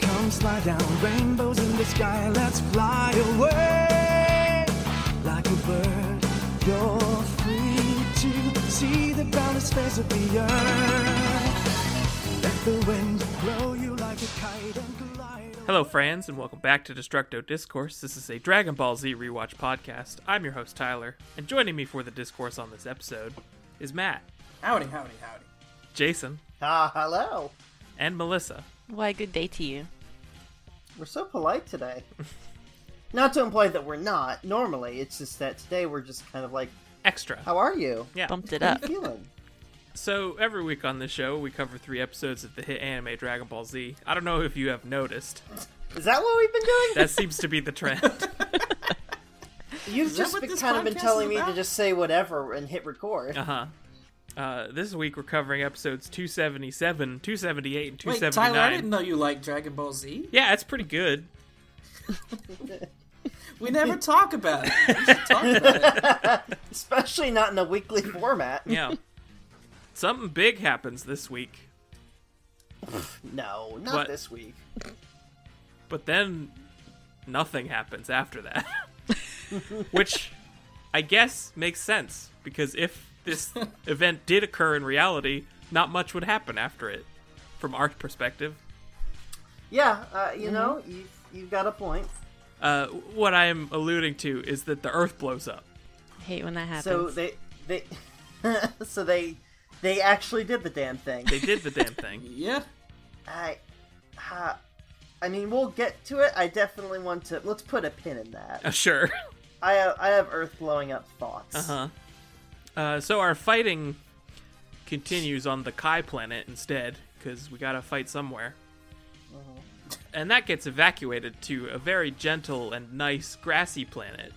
Come slide down, rainbows in the sky, let's fly away like a bird. You're free to see the boundless face of the earth. Let the wind blow you like a kite and glide. Hello, friends, and welcome back to Destructo Discourse. This is a Dragon Ball Z rewatch podcast. I'm your host, Tyler, and joining me for the discourse on this episode is Matt, Howdy, howdy, howdy. Jason, Ah, hello. and Melissa. Why, good day to you. We're so polite today. not to imply that we're not normally. It's just that today we're just kind of like, Extra. "How are you? Yeah. Bumped it How up. you feeling?" So, every week on this show, we cover three episodes of the hit anime Dragon Ball Z. I don't know if you have noticed. Is that what we've been doing? That seems to be the trend. You've just what been, this kind of been podcast is telling me to about? just say whatever and hit record. Uh-huh. Uh, this week, we're covering episodes 277, 278, and Wait, 279. Tyler, I didn't know you liked Dragon Ball Z. Yeah, it's pretty good. We never talk about it. We should talk about it. Especially not in a weekly format. Yeah. Something big happens this week. No, not What? this week. but then nothing happens after that which i guess makes sense because if this event did occur in reality not much would happen after it from our perspective Yeah, uh, Mm-hmm. you know, you you've got a point. uh, what i am alluding to is that the earth blows up Hate when that happens. So they they so they they actually did the damn thing. they did the damn thing Yeah. I, uh, I mean, we'll get to it. I definitely want to. Let's put a pin in uh, that. sure I have, I have Earth blowing up thoughts. uh-huh uh, so our fighting continues on the kai planet instead because we gotta fight somewhere Uh-huh. and that gets evacuated to a very gentle and nice grassy planet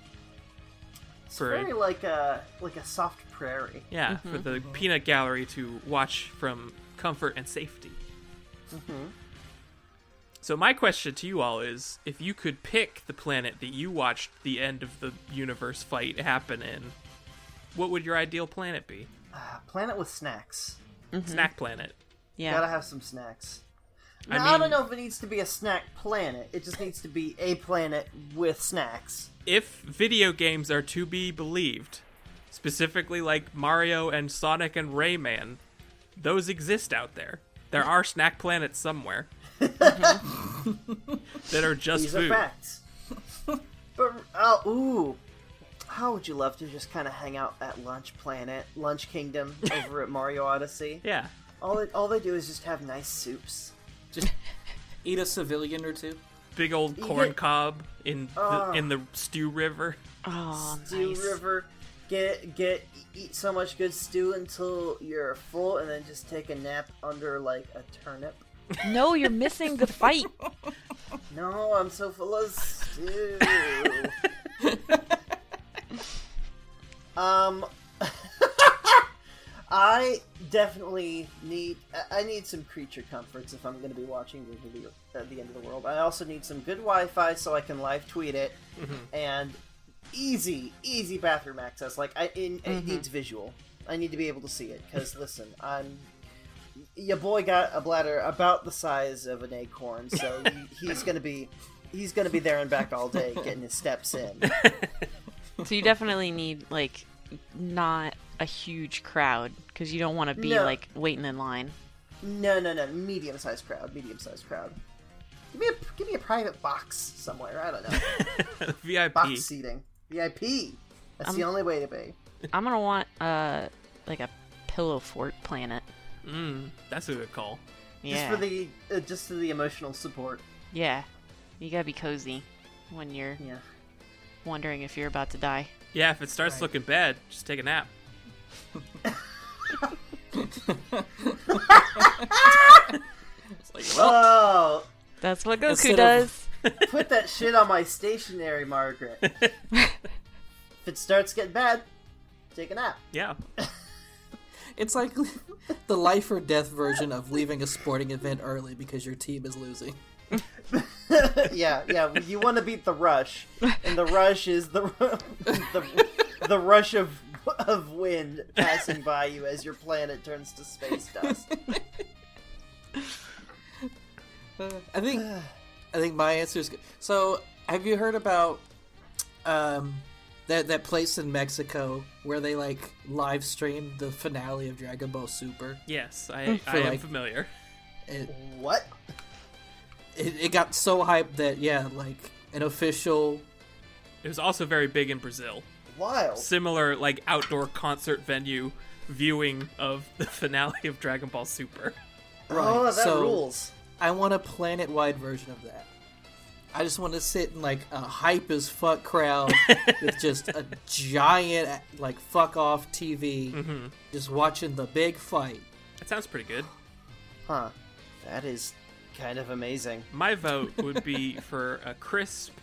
It's for very Mm-hmm. like a like a soft prairie. Yeah, for the peanut gallery to watch from comfort and safety. Mm-hmm. So my question to you all is: If you could pick the planet that you watched the end of the universe fight happen in, what would your ideal planet be? A Uh, planet with snacks. Snack planet. yeah. Gotta have some snacks. I Now, I mean- don't know if it needs to be a snack planet. It just needs to be a planet with snacks. If video games are to be believed, specifically like Mario and Sonic and Rayman, those exist out there. There are snack planets somewhere that are just These food. are facts. but oh, ooh, how would you love to just kind of hang out at Lunch Planet, Lunch Kingdom, over at Mario Odyssey? Yeah. All they, all they do is just have nice soups. Just eat a civilian or two. big old You corn get- Ah. cob in the, Ugh. in the stew river. oh, Stew nice. River, get get eat so much good stew until you're full, and then just take a nap under like a turnip. No, you're missing the fight. No, I'm so full of stew. um, I definitely need I- I need some creature comforts if I'm going to be watching the, end of the, uh, the end of the world. I also need some good Wi-Fi so I can live tweet it, and easy easy bathroom access. Like I in, it needs visual. I need to be able to see it because listen, I'm your boy got a bladder about the size of an acorn, so he, he's gonna be he's gonna be there and back all day getting his steps in. So you definitely need like not a huge crowd because you don't want to be No. like waiting in line. No, no, no, medium sized crowd, medium sized crowd. Give me a give me a private box somewhere. I don't know, VIP. box seating, VIP. That's the only way to be. I'm gonna want uh like a pillow fort planet. That's a good call. Yeah. Just for the uh, just for the emotional support. yeah. You gotta be cozy when you're Yeah. wondering if you're about to die. Yeah, if it starts looking bad, just take a nap. It's like, well, Oh, That's what Goku Instead of- does. put that shit on my stationery, Margaret. if it starts getting bad, take a nap. Yeah. It's like the life or death version of leaving a sporting event early because your team is losing. yeah, yeah. You want to beat the rush, and the rush is the the, the rush of of wind passing by you as your planet turns to space dust. I think I think my answer is good. So, have you heard about um, that that place in Mexico where they like live streamed the finale of Dragon Ball Super? Yes, I, I am like- familiar. It, What? it it got so hyped that yeah, like an official It was also very big in Brazil. Wild. Similar, like outdoor concert venue viewing of the finale of Dragon Ball Super. oh, that so rules. I want a planet wide version of that. I just want to sit in like a hype as fuck crowd with just a giant like fuck off TV, just watching the big fight. That sounds pretty good. Huh. That is kind of amazing. My vote would be for a crisp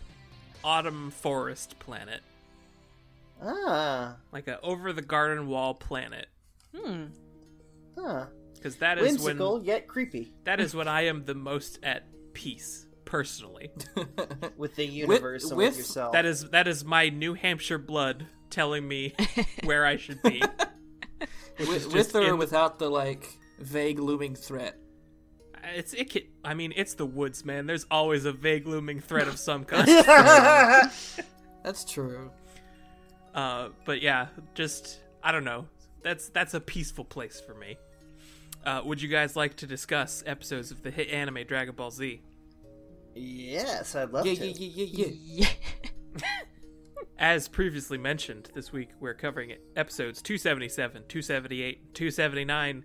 autumn forest planet, Ah. like a over the garden wall planet, Huh. because that is Whimsical when yet creepy that is when I am the most at peace personally. with the universe and with with- yourself. That is that is my New Hampshire blood telling me where I should be. Which is With, just with or in the- without the like vague looming threat. It's it. Can, I mean, it's the woods, man. There's always a vague looming threat of some kind. That's true. uh, but yeah, just I don't know. That's that's a peaceful place for me. Uh, would you guys like to discuss episodes of the hit anime Dragon Ball Z? yes, I'd love Yeah, to. yeah, yeah, yeah, yeah. Yeah. As previously mentioned, this week we're covering episodes 277, 278, 279.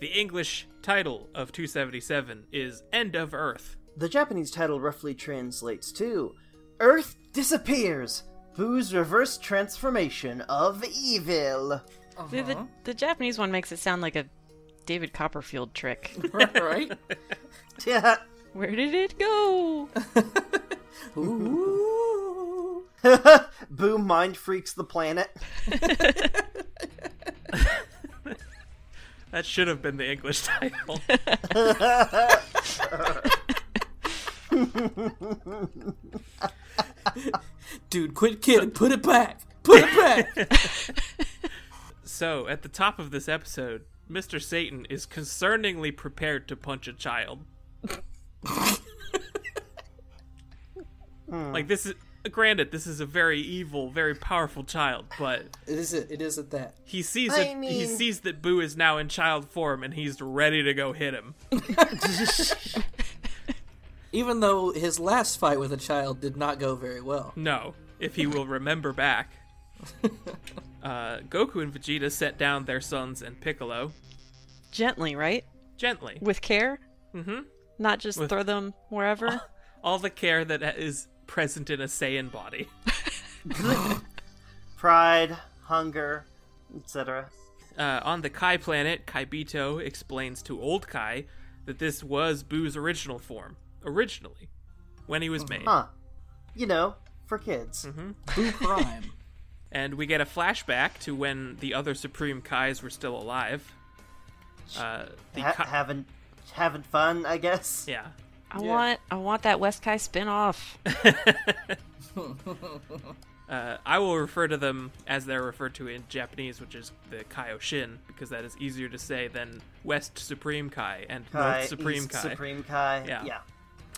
The English title of 277 is End of Earth. The Japanese title roughly translates to Earth Disappears Boo's Reverse Transformation of Evil. The, Uh-huh. the, the Japanese one makes it sound like a David Copperfield trick. right? Yeah. Where did it go? Ooh. Boo mind freaks the planet. That should have been the English title. Dude, quit kidding. Put it back. Put it back. So, at the top of this episode, Mr. Satan is concerningly prepared to punch a child. like this is granted this is a very evil, very powerful child, but it isn't. It isn't that. he sees I it, he mean- sees that Boo is now in child form and he's ready to go hit him. Even though his last fight with a child did not go very well. No, if he will remember back. Uh, Goku and Vegeta set down their sons and Piccolo Gently, right? gently. With care? Mhm. Not just With- throw them wherever? All the care that is present in a Saiyan body. Pride, hunger, etc. Uh, on the Kai planet, Kaibito explains to old Kai that this was Boo's original form, originally, when he was made. Huh. You know, for kids. Mm-hmm. Boo crime. And we get a flashback to when the other Supreme Kais were still alive. Uh, the Ha- Kai- having having fun, I guess. yeah. I want I want that West Kai spin-off. Uh, I will refer to them as they're referred to in Japanese, which is the Kaioshin, because that is easier to say than West Supreme Kai and Kai, North Supreme East Kai. Supreme Kai. Yeah. Yeah.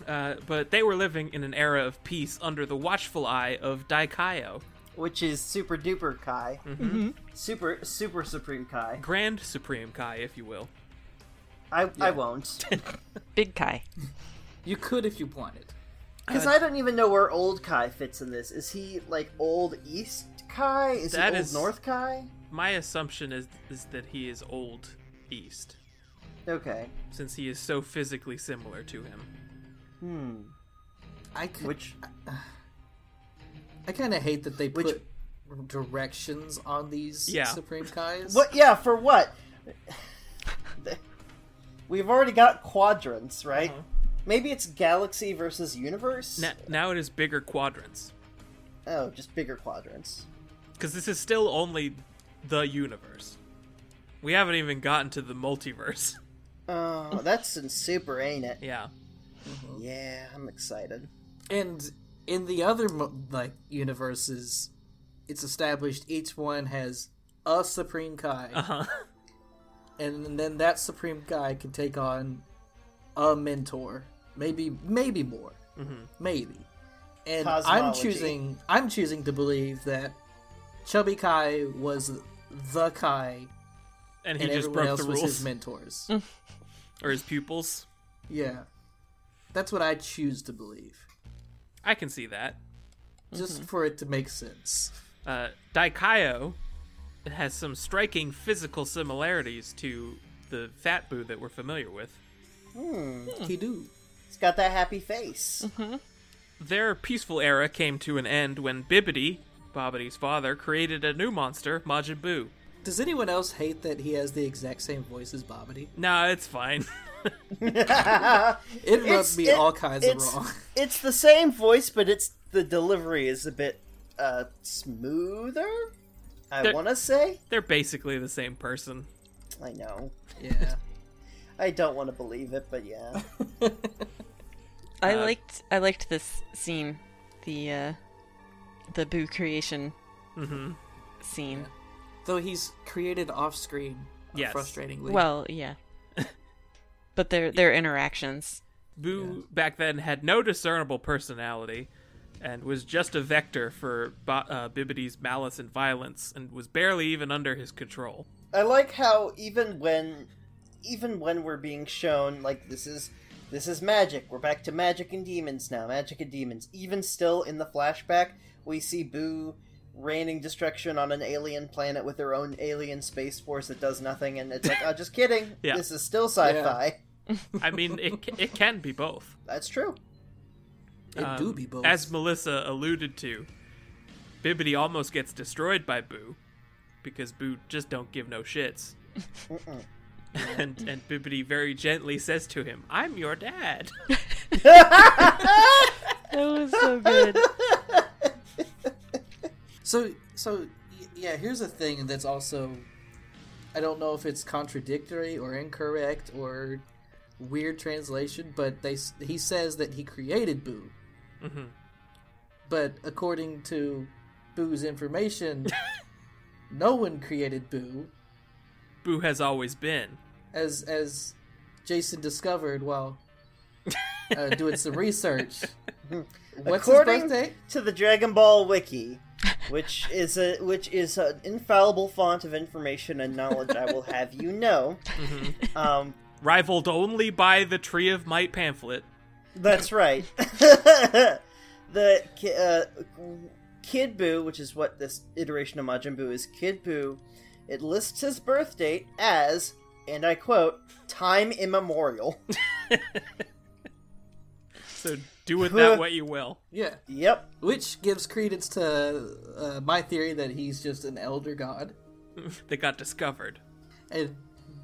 Uh, but they were living in an era of peace under the watchful eye of Daikaio. Which is super duper Kai. Mm-hmm. Super super Supreme Kai. Grand Supreme Kai, if you will. I I won't Big Kai. You could if you wanted. because I don't even know where old Kai fits in this. Is he like old East Kai? Is That he old is- North Kai? My assumption is, is that he is old East, Okay. since he is so physically similar to him. Hmm. I could, Which I kind of hate that they put Which- directions on these Yeah. Supreme Kais. what? Yeah, for what? We've already got quadrants, right? Uh-huh. Maybe it's galaxy versus universe. Na- now it is bigger quadrants, Oh, just bigger quadrants. because this is still only the universe. We haven't even gotten to the multiverse. Oh, that's in super, ain't it? yeah. Yeah, I'm excited. And in the other mo- like universes, it's established each one has a supreme Kai, Uh-huh. and then that supreme Kai can take on a mentor, maybe maybe more, maybe. And I'm Cosmology. choosing I'm choosing to believe that Chubby Kai was the Kai, And he and just everyone broke else the was rules. his mentors. or his pupils. yeah, that's what I choose to believe, I can see that. just Mm-hmm. for it to make sense. Uh, Daikaio has some striking physical similarities to the Fat Boo that we're familiar with. Hmm. He do. It's got that happy face. Their peaceful era came to an end when Bibbidi, Bobbidi's father, created a new monster, Majin Buu. Does anyone else hate that he has the exact same voice as Bobbity? Nah, it's fine. It rubbed It's- me it- all kinds of it's- wrong. It's the same voice, but it's the delivery is a bit uh smoother. I There- want to say. They're basically the same person. I know. Yeah. I don't want to believe it, but yeah. I Uh, liked I liked this scene, the uh, the Boo creation Mm-hmm. scene. Though he's created off screen, Yes. frustratingly. Well, yeah, but their their interactions. Boo back then had no discernible personality and was just a vector for Bo- uh, Bibbidi's malice and violence and was barely even under his control. I like how even when even when we're being shown like this is this is magic. We're back to magic and demons now. Magic and demons. Even still in the flashback, we see Boo raining destruction on an alien planet with their own alien space force that does nothing and it's like, "Oh, just kidding. Yeah. This is still sci-fi." I mean, it, ca- it can be both. That's true. it Um, do be both. As Melissa alluded to, Bibbidi almost gets destroyed by Boo because Boo just don't give no shits. and and Bibbidi very gently says to him, "I'm your dad." That was so good. so, so y- yeah, here's a thing that's also. I don't know if it's contradictory or incorrect or weird translation, but they s- he says that he created Boo. Mm-hmm. But according to Boo's information, no one created Boo. Boo has always been. as as Jason discovered while uh, doing some research. What's According his birthday? to the Dragon Ball Wiki, which is a which is an infallible font of information and knowledge. I will have you know. Um, Rivaled only by the Tree of Might pamphlet. That's right. the ki- uh, Kid Boo, which is what this iteration of Majin Buu is, Kid Boo, it lists his birth date as, and I quote, time immemorial. So do with that what you will. Yeah, yep. which gives credence to uh, my theory that he's just an elder god, That got discovered. and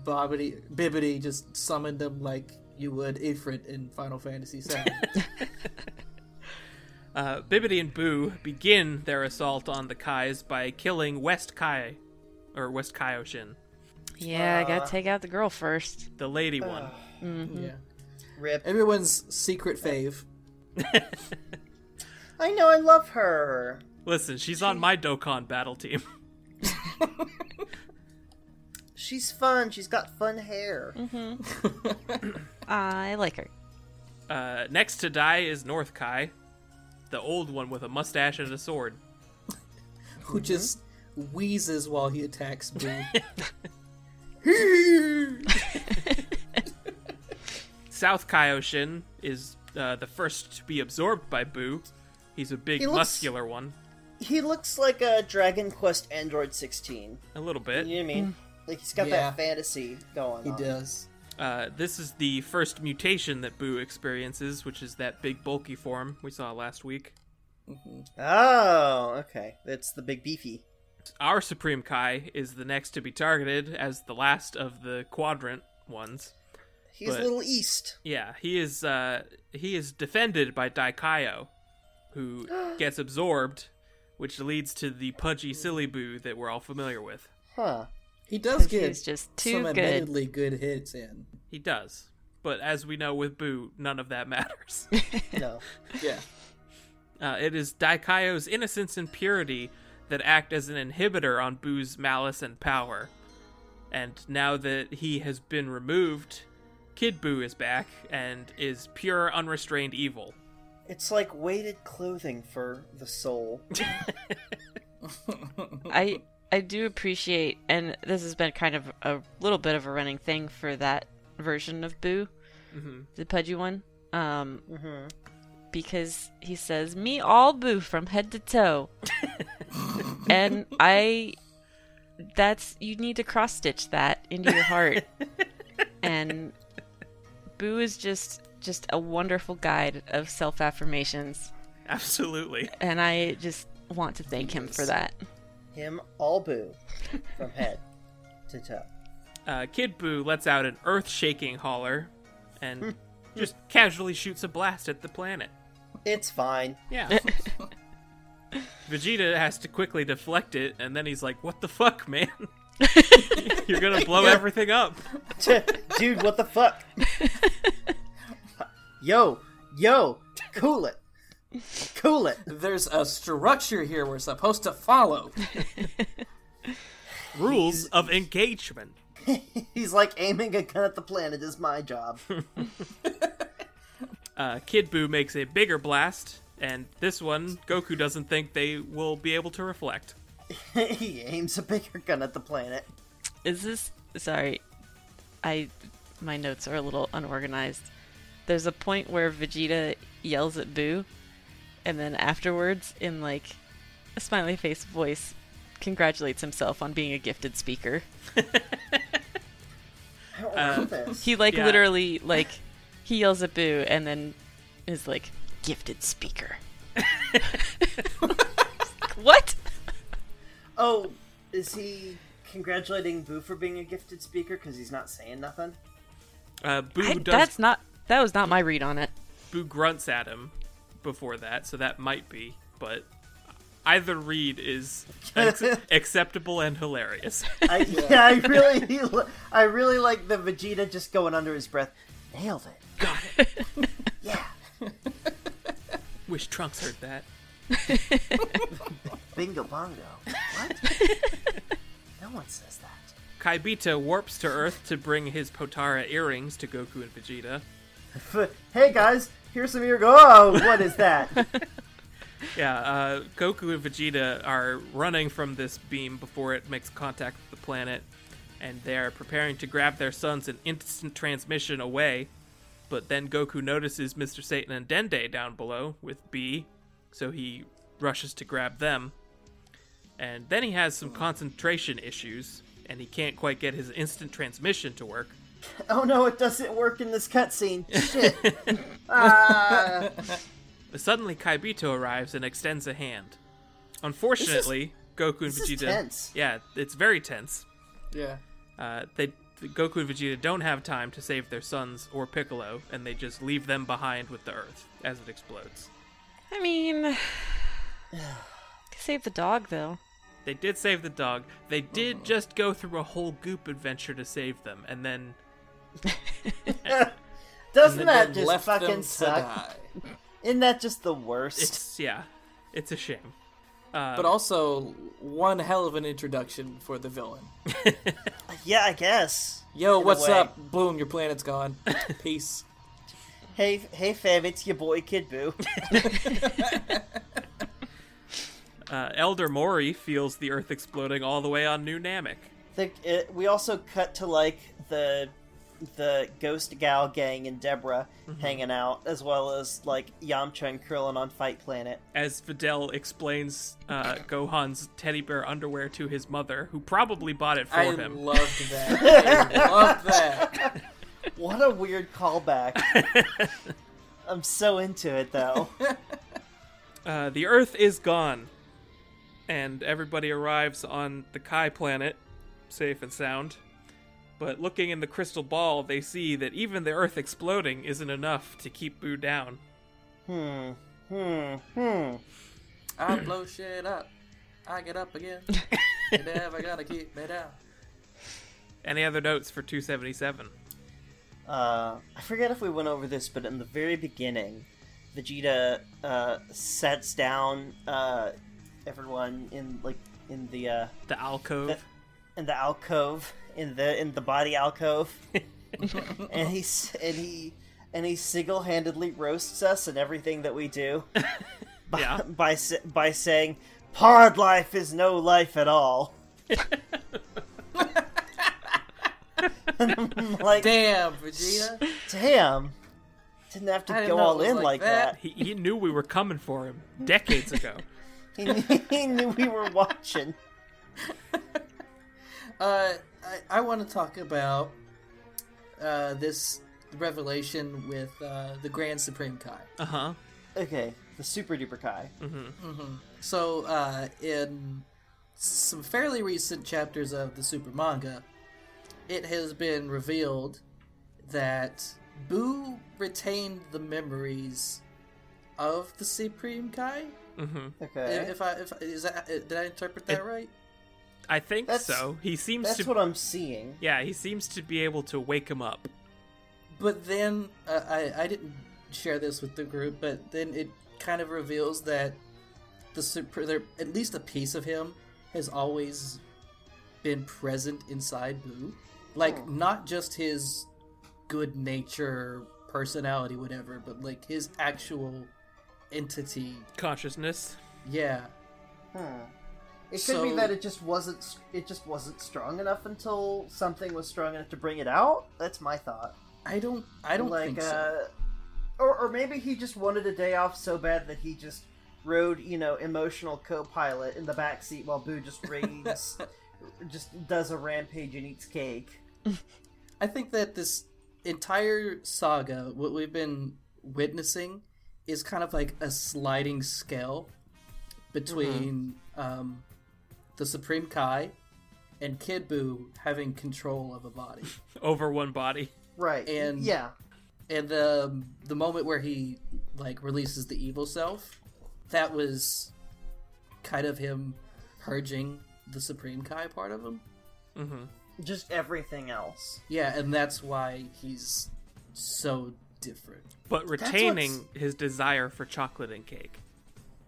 Bobbity Bibbity just summoned him like you would Ifrit in Final Fantasy VII. Uh, Bibbidi and Boo begin their assault on the Kais by killing West Kai, or West Kaioshin, Yeah, I Uh, gotta take out the girl first. the lady one. yeah, Rip. everyone's secret fave. I know. I love her. Listen, she's on my Dokkan battle team. She's fun. She's got fun hair. Mm-hmm. I like her. Uh, next to die is North Kai, the old one with a mustache and a sword. who Mm-hmm. just wheezes while he attacks Boo. South Kaioshin is uh, the first to be absorbed by Boo. He's a big, He looks- muscular one. He looks like a Dragon Quest Android 16. A little You bit. know what I mean? Like he's got Mm-hmm. Yeah. that fantasy going. he on. does. Uh, this is the first mutation that Boo experiences, which is that big, bulky form we saw last week. Oh, okay. That's the big beefy. Our Supreme Kai is the next to be targeted as the last of the quadrant ones. He's But- a little east. Yeah, he is uh he is defended by Daikaio, who gets absorbed, which leads to the pudgy silly boo that we're all familiar with. Huh. He does 'Cause get he's just too some good. admittedly good hits in. He does. But as we know with Boo, none of that matters. No. Yeah. Uh, it is Daikaio's innocence and purity that act as an inhibitor on Boo's malice and power. And now that he has been removed, Kid Boo is back and is pure, unrestrained evil. It's like weighted clothing for the soul. I I do appreciate, and this has been kind of a little bit of a running thing for that version of Boo, the pudgy one, um, because he says "me all Boo from head to toe," and I that's you need to cross stitch that into your heart, and Boo is just just a wonderful guide of self affirmations, Absolutely. and I just want to thank him for that. Him all boo from head to toe. Uh, Kid Boo lets out an earth shaking holler Hmm. and just casually shoots a blast at the planet. It's fine. Yeah. Vegeta has to quickly deflect it, and then he's like, What the fuck, man? You're gonna blow everything up. Dude, what the fuck? yo, yo, cool it. Cool it. There's a structure here we're supposed to follow. Rules of engagement. He's like aiming a gun at the planet is my job. Uh, Kid Buu makes a bigger blast, and this one, Goku doesn't think they will be able to reflect. he aims a bigger gun at the planet. Is this sorry? I my notes are a little unorganized. There's a point where Vegeta yells at Boo, and then afterwards, in like a smiley face voice, congratulates himself on being a gifted speaker. I don't remember this. He like Yeah. literally like he yells at Boo and then is like gifted speaker. what? Oh, is he congratulating Boo for being a gifted speaker because he's not saying nothing? Uh, Boo I, does that's not that was not my read on it. Boo grunts at him before that, so that might be, but either read is ex- acceptable and hilarious. I, yeah, I really, I really like the Vegeta just going under his breath. Nailed it. Got it. yeah. Wish Trunks heard that. Bingo bongo. What? no one says that. Kaibita warps to Earth to bring his Potara earrings to Goku and Vegeta. F- hey guys, here's some ear. Oh, what is that? Yeah, uh, Goku and Vegeta are running from this beam before it makes contact with the planet, and they are preparing to grab their sons in instant transmission away. But then Goku notices Mr. Satan and Dende down below with B, so he rushes to grab them. And then he has some concentration issues, and he can't quite get his instant transmission to work. oh no, it doesn't work in this cutscene. Shit. Uh, But suddenly, Kaibito arrives and extends a hand. Unfortunately, Goku and Vegeta. this is tense. Yeah, it's very tense. Yeah. Uh, they Goku and Vegeta don't have time to save their sons or Piccolo, and they just leave them behind with the Earth as it explodes. I mean, save the dog though. They did save the dog. They did just go through a whole goop adventure to save them, and then Doesn't that And just left them fucking to suck? die. Isn't that just the worst? it's yeah, it's a shame. But also one hell of an introduction for the villain. Yeah, I guess. Yo, In a what's way. up? Boom, your planet's gone. Peace. Hey, hey, fam, it's your boy Kid Boo. Uh, Elder Mori feels the Earth exploding all the way on New Namek. the, uh, we also cut to like the the Ghost Gal gang and Deborah hanging out, as well as like Yamcha and Krillin on Fight Planet. As Videl explains uh, Gohan's teddy bear underwear to his mother, who probably bought it for I him. loved that. I loved that. What a weird callback! I'm so into it though. Uh, the Earth is gone, and everybody arrives on the Kai planet, safe and sound. But looking in the crystal ball, they see that even the Earth exploding isn't enough to keep Boo down. I blow shit up. I get up again. You never gotta keep me down. Any other notes for 277? uh, I forget if we went over this, but in the very beginning, Vegeta uh, sets down uh, everyone in like in the uh, The alcove. The- in the alcove in the in the body alcove, and he s- and he and he single handedly roasts us and everything that we do by Yeah. by, s- by saying pod life is no life at all. And I'm like Damn, Vegeta. Damn. Didn't have I to didn't go know it all was in like like, that. that. He, he knew we were coming for him decades ago. He, knew, he knew we were watching. Uh, I, I want to talk about uh, this revelation with uh, the Grand Supreme Kai. Uh Uh-huh. huh. Okay, the super duper Kai. Mm. So, uh, in some fairly recent chapters of the Super Manga, it has been revealed that Boo retained the memories of the Supreme Kai. hmm Okay, If I, if is that did I interpret that right? I think That's- so. He seems that's to. what I'm seeing. yeah, he seems to be able to wake him up. But then uh, I I didn't share this with the group, but then it kind of reveals that the super there at least a piece of him has always been present inside Boo, like Hmm. not just his good nature, personality, whatever, but like his actual entity. Consciousness. Yeah, Hmm. It could So- be that it just wasn't. It just wasn't strong enough until something was strong enough to bring it out. That's my thought. I don't I don't like, think uh, so. Or, or maybe he just wanted a day off so bad that he just rode, you know, emotional co-pilot in the back seat while Boo just raves, just does a rampage and eats cake. I think that this entire saga, what we've been witnessing, is kind of like a sliding scale between um, the Supreme Kai and Kid Buu having control of a body, Over one body. Right. And- yeah, and the um, the moment where he like releases the evil self, that was kind of him purging the Supreme Kai part of him. just everything else. Yeah, and that's why he's so different. But retaining his desire for chocolate and cake.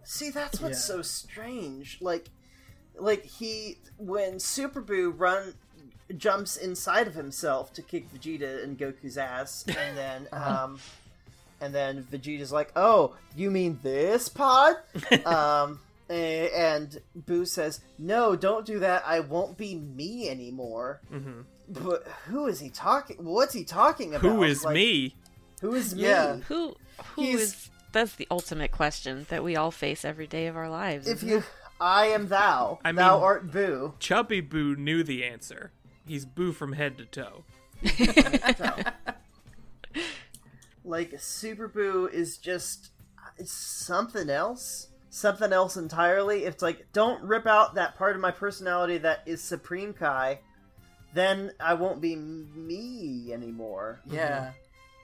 See, that's what's Yeah. so strange. Like, like he when Super Boo run jumps inside of himself to kick Vegeta and Goku's ass, and then Uh-huh. um, and then Vegeta's like, "Oh, you mean this pod?" um, eh, and Boo says, "No, don't do that. I won't be me anymore." But who is he talking? What's he talking about? Mm-hmm. Who is Like, me? Who is me? Yeah. Who who is? He's- that's the ultimate question that we all face every day of our lives. If isn't you, I am thou. I thou mean- art Boo. Chubby Boo knew the answer. He's Boo from head to toe. like Super Boo is just it's something else, something else entirely. It's like don't rip out that part of my personality that is Supreme Kai, then I won't be me anymore. Yeah.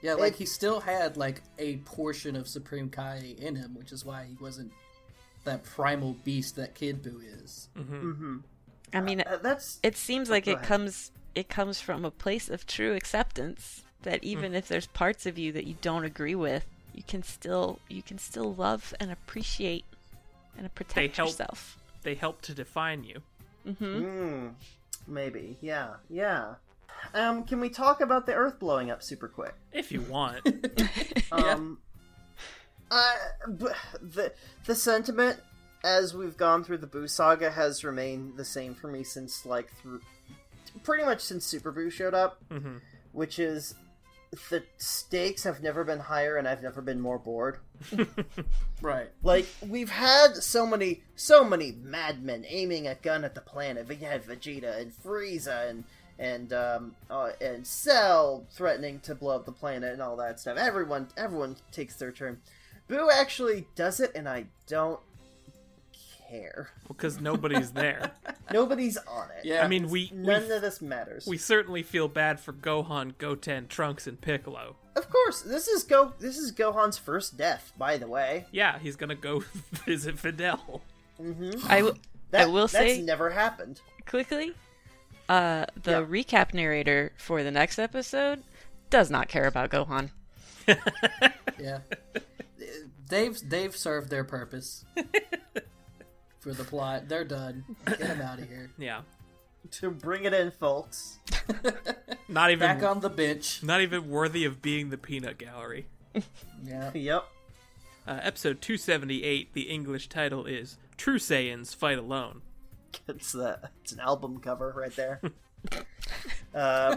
Yeah, like It- he still had like a portion of Supreme Kai in him, which is why he wasn't that primal beast that Kid Buu is. it? I mean, Mm-hmm. Uh, that's it seems like go it ahead. comes it comes from a place of true acceptance that Mm. even if there's parts of you that you don't agree with, you can still you can still love and appreciate and protect help. yourself. Mm-hmm. They help to define you. mm, maybe yeah yeah. Um, can we talk about the Earth blowing up super quick? If you want. Um, uh, b- the the sentiment as we've gone through the Boo saga has remained the same for me since like through pretty much since Super Boo showed up, which is the stakes have never been higher and I've never been more bored. Right. Like we've had so many, so many madmen aiming a gun at the planet. We had Vegeta and Frieza and and um uh, and Cell threatening to blow up the planet and all that stuff. Everyone, everyone takes their turn. Boo actually does it, and I don't care. Because nobody's there. Nobody's on it. Yeah. I mean, we, we, None of this matters. we certainly feel bad for Gohan, Goten, Trunks, and Piccolo. Of course, this is go. This is Gohan's first death, by the way. Yeah, he's gonna go visit Fidel. I w I I That, will that's say never happened. quickly Uh, the recap narrator for the next episode does not care about Gohan. Yeah. They've they've served their purpose for the plot. They're done. Get them out of here. Yeah. To bring it in, folks. Not even Back on the bench. not even worthy of being the peanut gallery. Yeah. Yep. Uh, episode 278, the English title is True Saiyans Fight Alone. It's the it's an album cover right there. uh,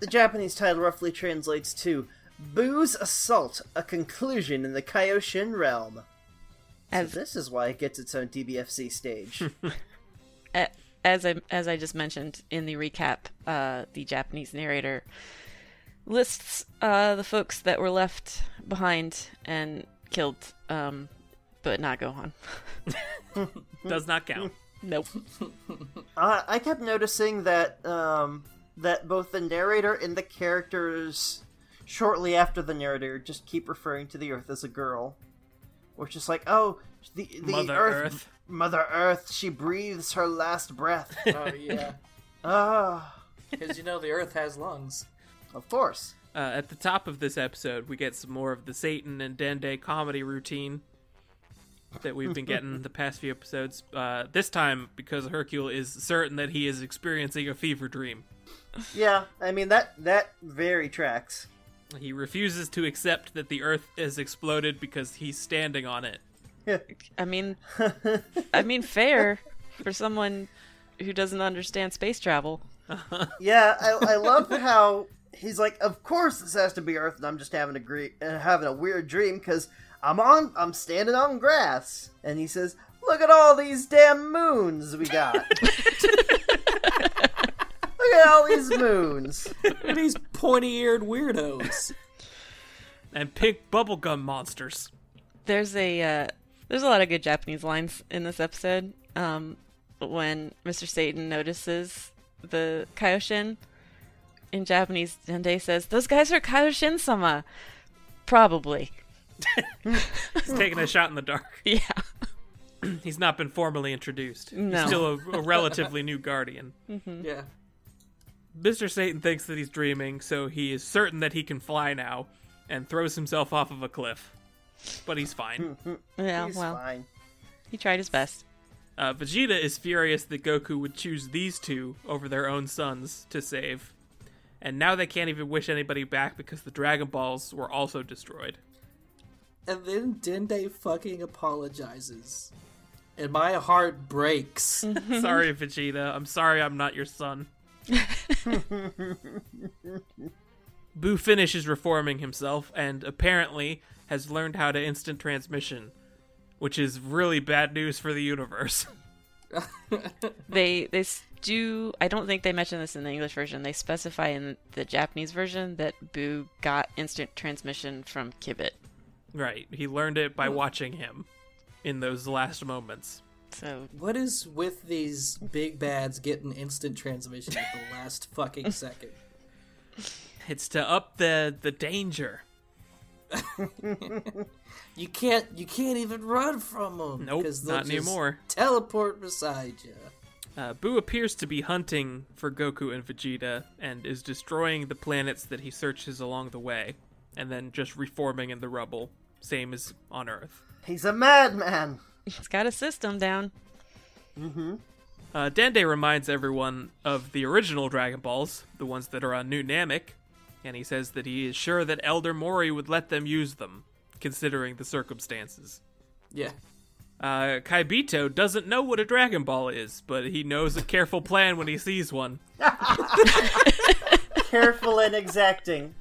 the Japanese title roughly translates to "Boo's Assault: A Conclusion in the Kaioshin Realm." As- so this is why it gets its own DBFC stage. A- as I as I just mentioned in the recap, uh, the Japanese narrator lists uh, the folks that were left behind and killed, um, but not Gohan. Does not count. Nope. Uh, I kept noticing that um, that both the narrator and the characters shortly after the narrator just keep referring to the Earth as a girl, which just like, oh, the the Mother Earth, Earth. Mother Earth, she breathes her last breath. Oh yeah. Ah, Because you know the Earth has lungs. of course. Uh, at the top of this episode, we get some more of the Satan and Dende comedy routine that we've been getting the past few episodes. Uh, this time, because Hercule is certain that he is experiencing a fever dream, Yeah, I mean that that very tracks. he refuses to accept that the Earth has exploded because he's standing on it. I mean, I mean, fair for someone who doesn't understand space travel. Yeah, I, I love how he's like, of course this has to be Earth, and I'm just having a gre- uh, having a weird dream because I'm on, I'm standing on grass, and he says, "Look at all these damn moons we got." Look at all these moons. Look at these pointy-eared weirdos. And pink bubblegum monsters. There's a uh, there's a lot of good Japanese lines in this episode. Um, when Mr. Satan notices the Kaioshin in Japanese, Dende says, "Those guys are Kaioshin sama." Probably, He's taking a shot in the dark. Oh. yeah. He's not been formally introduced. No. He's still a, a relatively new guardian. Mm-hmm. Yeah. Mr. Satan thinks that he's dreaming, so he is certain that he can fly now and throws himself off of a cliff. But he's fine. Yeah, He's Oh, well, fine. he tried his best. Uh, Vegeta is furious that Goku would choose these two over their own sons to save. And now they can't even wish anybody back because the Dragon Balls were also destroyed. And then Dende fucking apologizes, and my heart breaks. sorry, Vegeta. I'm sorry I'm not your son. Boo finishes reforming himself and apparently has learned how to instant transmission, which is really bad news for the universe. They they s- do. I don't think they mention this in the English version. They specify in the Japanese version that Boo got instant transmission from Kibit. right, he learned it by watching him in those last moments. So What is with these big bads getting instant transmission at the last fucking second? It's to up the the danger. You can't you can't even run from them. Nope, not anymore. Teleport beside you. Uh, Boo appears to be hunting for Goku and Vegeta and is destroying the planets that he searches along the way and then just reforming in the rubble, same as on Earth. He's a madman. it's got a system down. Uh, Dende reminds everyone of the original Dragon Balls, the ones that are on New Namek, and he says that he is sure that Elder Mori would let them use them, considering the circumstances. Yeah. Uh, Kaibito doesn't know what a Dragon Ball is, but he knows a careful plan when he sees one. Careful and exacting.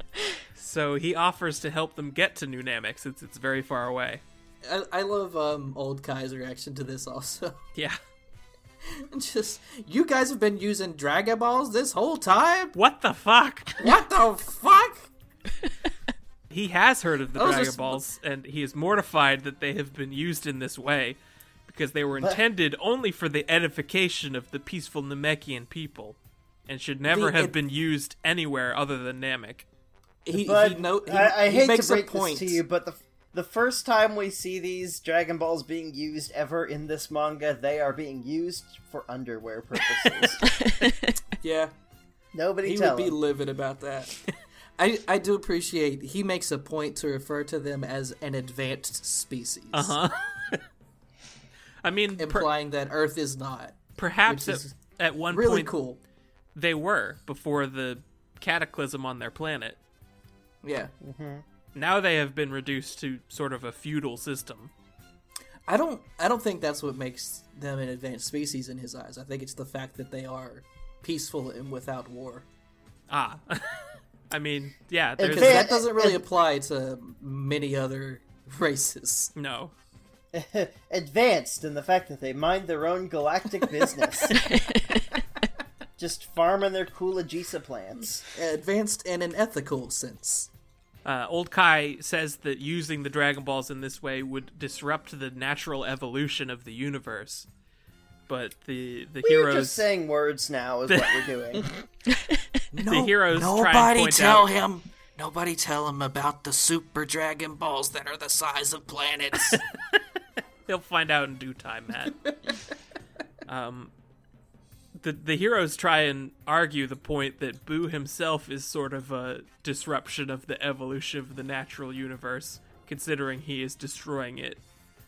So he offers to help them get to New Namek since it's very far away. I, I love um, old Kai's reaction to this also. Yeah. Just you guys have been using Dragon Balls this whole time? What the fuck? What the fuck? He has heard of the Those are Dragon sm- Balls, and he is mortified that they have been used in this way because they were intended only for the edification of the peaceful Namekian people and should never The have ed- been used anywhere other than Namek. He, But he, no, he, I, I he hate makes to break a point. this to you, but the the first time we see these Dragon Balls being used ever in this manga, they are being used for underwear purposes. Yeah, Nobody he tell would be him. livid about that. I I do appreciate he makes a point to refer to them as an advanced species, Uh-huh. I mean, per- implying that Earth is not. perhaps which at, is at one Really point cool. they were before the cataclysm on their planet. Yeah, Now they have been reduced to sort of a feudal system. I don't I don't think that's what makes them an advanced species in his eyes. I think it's the fact that they are peaceful and without war. Ah, I mean, yeah, And there's Because they- that doesn't really and- apply to many other races. no. advanced in the fact that they mind their own galactic business. Just farming their coolagisa plants. Advanced in an ethical sense. Uh, Old Kai says that using the Dragon Balls in this way would disrupt the natural evolution of the universe. But the the We're heroes just saying words now is what we're doing. No- heroes try and Nobody point tell out- him. Nobody tell him about the super Dragon Balls that are the size of planets. They'll find out in due time, Matt. um, the the heroes try and argue the point that Boo himself is sort of a disruption of the evolution of the natural universe, considering he is destroying it.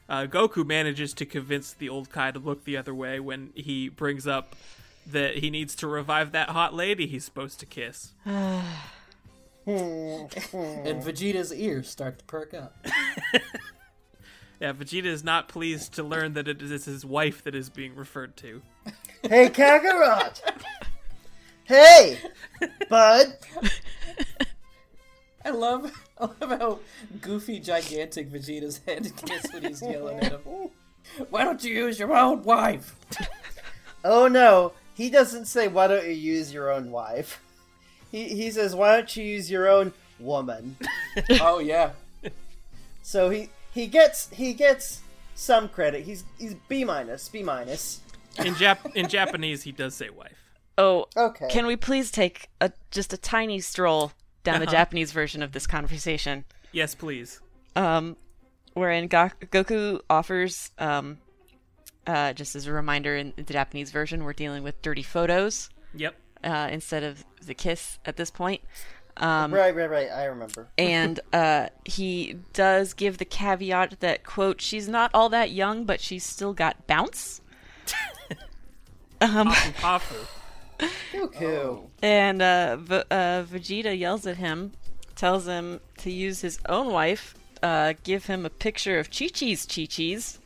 Uh, Goku manages to convince the old Kai to look the other way when he brings up that he needs to revive that hot lady he's supposed to kiss. and Vegeta's ears start to perk up. Yeah, Vegeta is not pleased to learn that it is his wife that is being referred to. hey, Kakarot! Hey, bud! I love, I love how goofy, gigantic Vegeta's head gets when he's yelling at him. Why don't you use your own wife? Oh no, he doesn't say, why don't you use your own wife? He, he says, why don't you use your own woman? oh yeah, So he, he gets he gets some credit. He's he's B minus, B minus. In Jap in Japanese, he does say wife. Oh, Okay. can we please take a just a tiny stroll down the Japanese version of this conversation? Yes, please. um, wherein Ga- Goku offers, um, uh, just as a reminder, in the Japanese version, we're dealing with dirty photos Yep. uh, instead of the kiss at this point. Um, right, right, right. I remember. And uh, he does give the caveat that, quote, she's not all that young, but she's still got bounce. Um, Papu Papu. Goku. And uh, v- uh, Vegeta yells at him, tells him to use his own wife, uh, give him a picture of Chi Chi's Chi Chi's.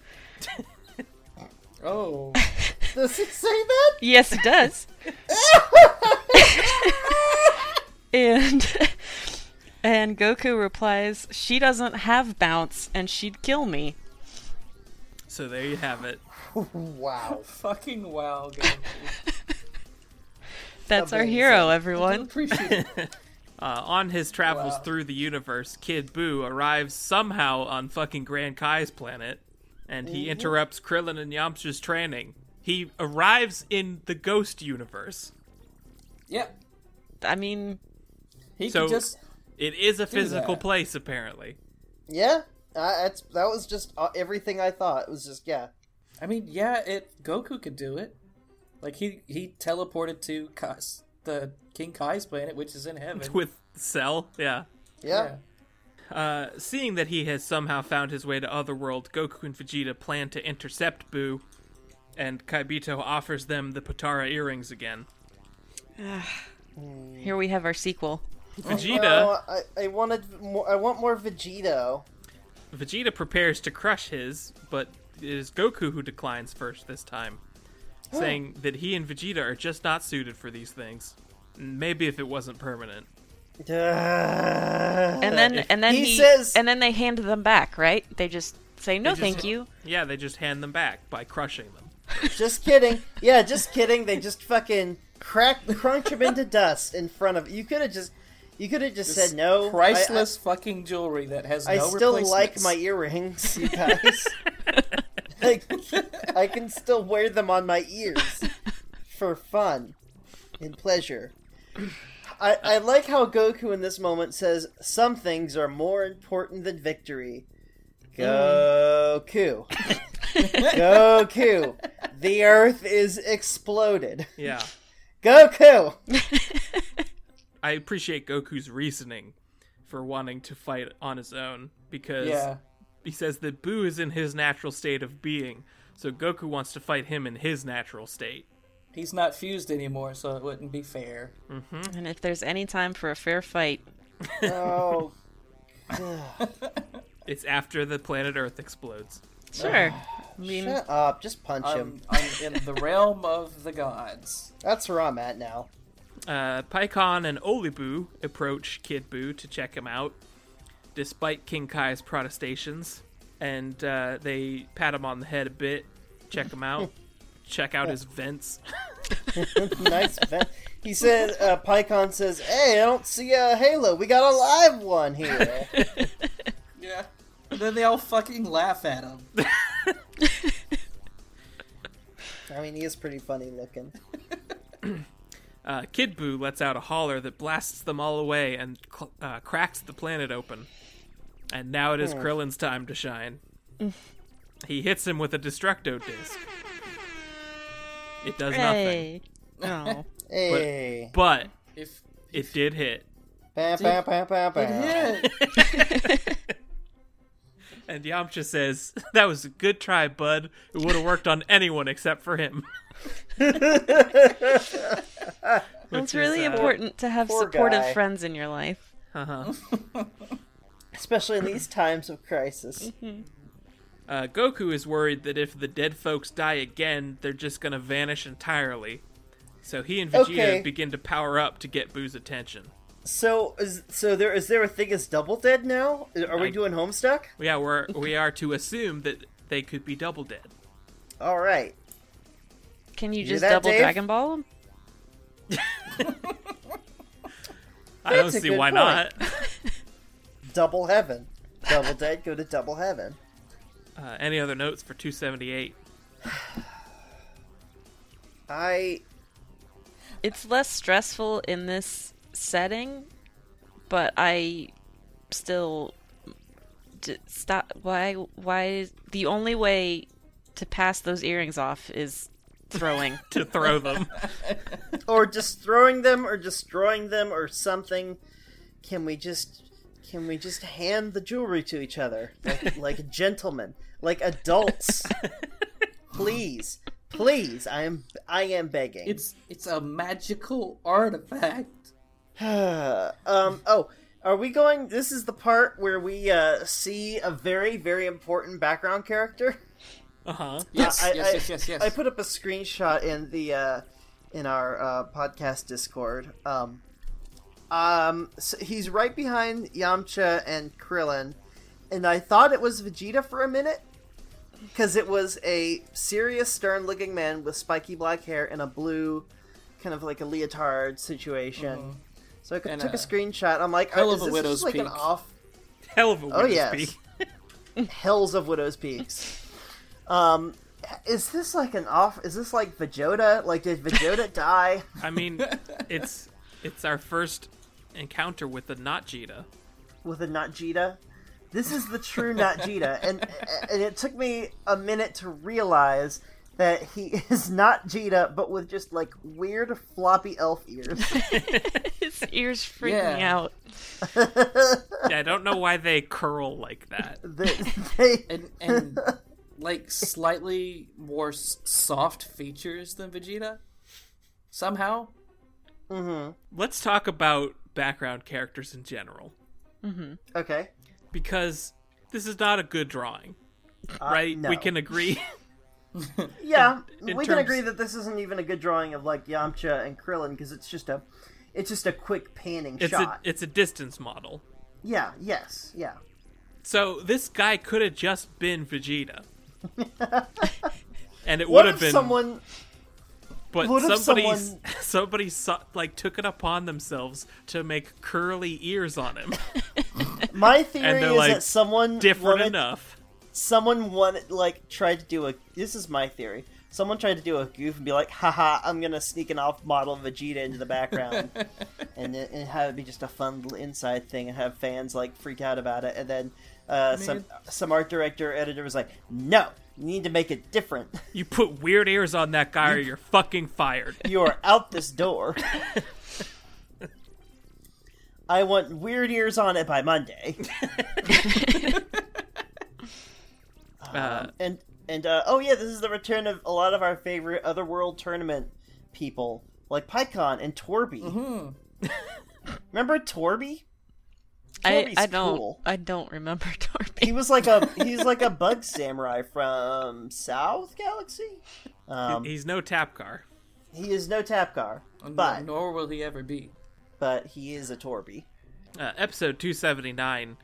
oh, Does he say that? Yes, it does. and and Goku replies, "She doesn't have bounce, and she'd kill me." So there you have it. Wow. fucking wow! Goku. That's our Amazing. hero, I everyone. appreciate it. Uh, on his travels Wow. through the universe, Kid Boo arrives somehow on fucking Grand Kai's planet, and he Mm-hmm. interrupts Krillin and Yamcha's training. He arrives in the Ghost universe. Yep, I mean, he So- can just It is a physical that. place, apparently. Yeah. Uh, that's that was just uh, everything I thought. It was just yeah. I mean, yeah, it Goku could do it. Like he he teleported to Kai's, the King Kai's planet, which is in heaven. With Cell, yeah. Yeah. Uh, seeing that he has somehow found his way to Otherworld, Goku and Vegeta plan to intercept Boo, and Kaibito offers them the Patara earrings again. here we have our sequel. Oh, Vegeta. No, Oh, I, I wanted more, I want more Vegito. Vegeta prepares to crush his, but it is Goku who declines first this time, saying that he and Vegeta are just not suited for these things. Maybe if it wasn't permanent. And then and then Uh, he he, says- and then they hand them back, right? They just say, "No, just- thank you." Yeah, they just hand them back by crushing them. just kidding. Yeah, just kidding. They just fucking crack crunch him into dust in front of you. Could have just you could have just said no. priceless fucking jewelry that has I, I, I no still like replacements. my earrings, you guys. like, I can still wear them on my ears for fun and pleasure. I, I like how Goku in this moment says some things are more important than victory. Mm. Goku. Goku. The earth is exploded. Yeah. Goku. I appreciate Goku's reasoning for wanting to fight on his own because Yeah. he says that Boo is in his natural state of being, so Goku wants to fight him in his natural state. He's not fused anymore, so it wouldn't be fair. And if there's any time for a fair fight, Oh, It's after the planet Earth explodes. sure. I mean, shut up. Just punch him. I'm, I'm in the realm of the gods. That's where I'm at now. Uh, Paikon and Olibu approach Kid Boo to check him out, despite King Kai's protestations, and uh, they pat him on the head a bit, check him out, check out his vents. nice vent. He said, uh, Pycon says, hey, I don't see a Halo. We got a live one here. Yeah. And then they all fucking laugh at him. I mean, he is pretty funny looking. Uh, Kid Boo lets out a holler that blasts them all away and cl- uh, cracks the planet open. And now it is Krillin's time to shine. he hits him with a destructo disc. It does nothing, hey. Oh, No. Hey. but If it did hit. Bam, bam, bam, bam, bam. yeah, And Yamcha says, "That was a good try, bud. It would have worked on anyone except for him." Well, it's really uh, important to have poor supportive guy. friends in your life. Uh-huh. Especially in these times of crisis. Uh, Goku is worried that if the dead folks die again, they're just gonna vanish entirely. So he and Vegeta Okay. begin to power up to get Boo's attention. So, is so there is there a thing as double dead now? Are we I- doing Homestuck? Yeah, we're we are to assume that they could be double dead. All right. Can you Hear just that, double Dave? Dragon Ball 'em? I don't That's a see good why point. not. Double heaven. Double dead, go to double heaven. Uh, any other notes for 278? I. It's less stressful in this setting, but I still d- stop. Why? Why? The only way to pass those earrings off is throwing. To throw them. Or just throwing them or destroying them or something. Can we just. Can we just hand the jewelry to each other? Like, like gentlemen. Like adults. Please. Please. I am. I am begging. it's it's a magical artifact. um oh are we going this is the part where we uh see a very very important background character Uh huh. Yes, I- yes, I- yes, yes, yes. i put up a screenshot in the uh in our uh podcast discord um um so he's right behind yamcha and krillin and i thought it was vegeta for a minute because it was a serious stern looking man with spiky black hair and a blue kind of like a leotard situation so i Mm-hmm. And took a, a screenshot i'm like hell oh, of is a this widow's just like an peak. off Hell of a Oh, witness yes. peak. hells of widow's peaks um is this like an off is this like vegeta like did vegeta die I mean, it's it's our first encounter with the not Jita. with a not Jita. This is the true not Jita, and and it took me a minute to realize that he is not Jita, but with just like weird floppy elf ears. His ears freak me Yeah. out. Yeah, I don't know why they curl like that. They, they, and and like slightly more s- soft features than Vegeta. Somehow, Let's talk about background characters in general okay, because this is not a good drawing, right? Uh, no. We can agree. yeah, in we can terms- agree that this isn't even a good drawing of like Yamcha and Krillin because it's just a, it's just a quick panning It's a shot. it's a distance model. Yeah. Yes. Yeah. So this guy could have just been Vegeta. and it What would if have been someone? but what if somebody someone- somebody saw, like took it upon themselves to make curly ears on him. My theory they're, is like, that someone Different wanted enough. someone wanted like tried to do a this is my theory someone tried to do a goof and be like haha i'm gonna sneak an off model vegeta into the background and, then- and have it be just a fun little inside thing and have fans like freak out about it and then Uh, some some art director editor was like, "No, you need to make it different. You put weird ears on that guy, or you're fucking fired. You are out this door." I want weird ears on it by Monday. Uh, and and uh, oh yeah, this is the return of a lot of our favorite Otherworld tournament people like PyCon and Torby. Remember Torby? I, Torby's I don't cool. I don't remember He Torby. was like a he's like a bug samurai from South Galaxy. Um, He's no tap car. he is no Tapgar, but nor will he ever be. but he is a Torby. Uh, episode 279,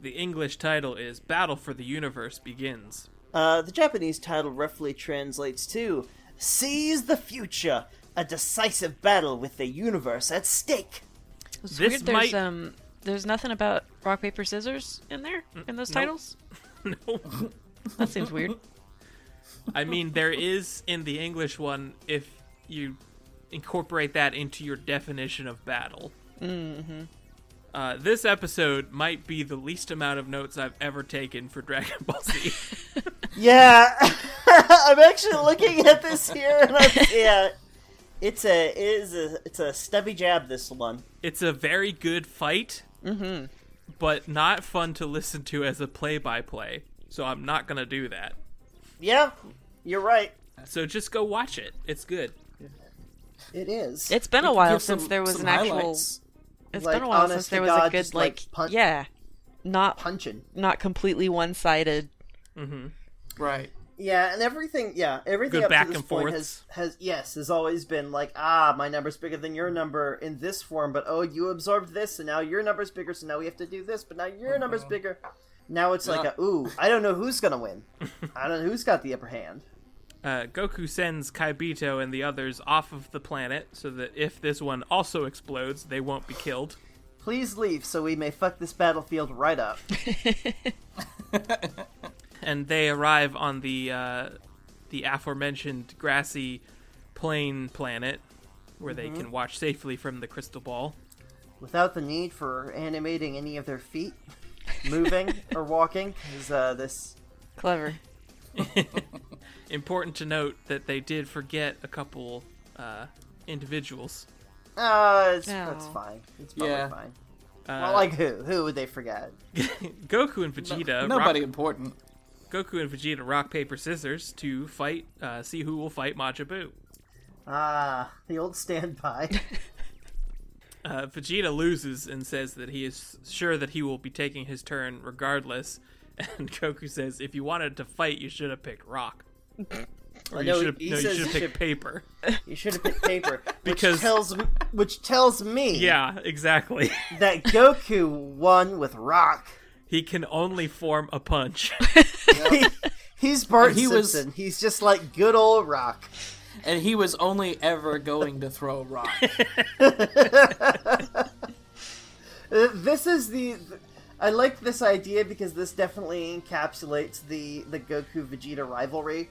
the English title is Battle for the Universe Begins. Uh, the Japanese title roughly translates to "Seize the Future: A Decisive Battle with the Universe at Stake." It's This weird, might- There's um there's nothing about rock paper scissors in there in those titles. no. That seems weird. I mean, there is in the English one if you incorporate that into your definition of battle. Mm-hmm. Uh, this episode might be the least amount of notes I've ever taken for Dragon Ball Z. Yeah, I'm actually looking at this here, and I'm, yeah, it's a it is a it's a stubby jab. This one, it's a very good fight, but not fun to listen to as a play-by-play. So I'm not gonna do that. yeah, you're right. So just go watch it. It's good. It is. It's been a while Give since some- there was some an actual. Uh, highlights. It's Like, been a while honest since to there was God, a good just, like, like, punch- yeah, not punching. not completely one sided. Right. Yeah, and everything. Yeah, everything Good up back to this and point forth. has has yes has always been like ah my number's bigger than your number in this form, but oh you absorbed this, and now your number's bigger, so now we have to do this, but now Uh-huh. your number's bigger. Now it's like a, ooh, I don't know who's gonna win. I don't know who's got the upper hand. Uh, Goku sends Kaibito and the others off of the planet so that if this one also explodes, they won't be killed. Please leave so we may fuck this battlefield right up. and they arrive on the uh, the aforementioned grassy plain planet where they can watch safely from the crystal ball. without the need for animating any of their feet moving or walking is uh, this Clever. Important to note that they did forget a couple uh, individuals. uh it's, No. that's fine it's probably Yeah. fine Uh, well, like who who would they forget Goku and Vegeta. Nobody rock- important. Goku and Vegeta rock paper scissors to fight. Uh, see who will fight Majin Buu. ah the old standby Uh, Vegeta loses and says that he is sure that he will be taking his turn regardless. And Goku says, "If you wanted to fight, you should have picked rock, or you know, should have he no, you says should have you picked should- paper." you should have picked paper Because- which tells m- which tells me Yeah, exactly. that goku won with rock he can only form a punch. He- he's bart He was- simpson he's just like good old rock And he was only ever going to throw a rock. Uh, this is the th- I like this idea because this definitely encapsulates the the Goku Vegeta rivalry.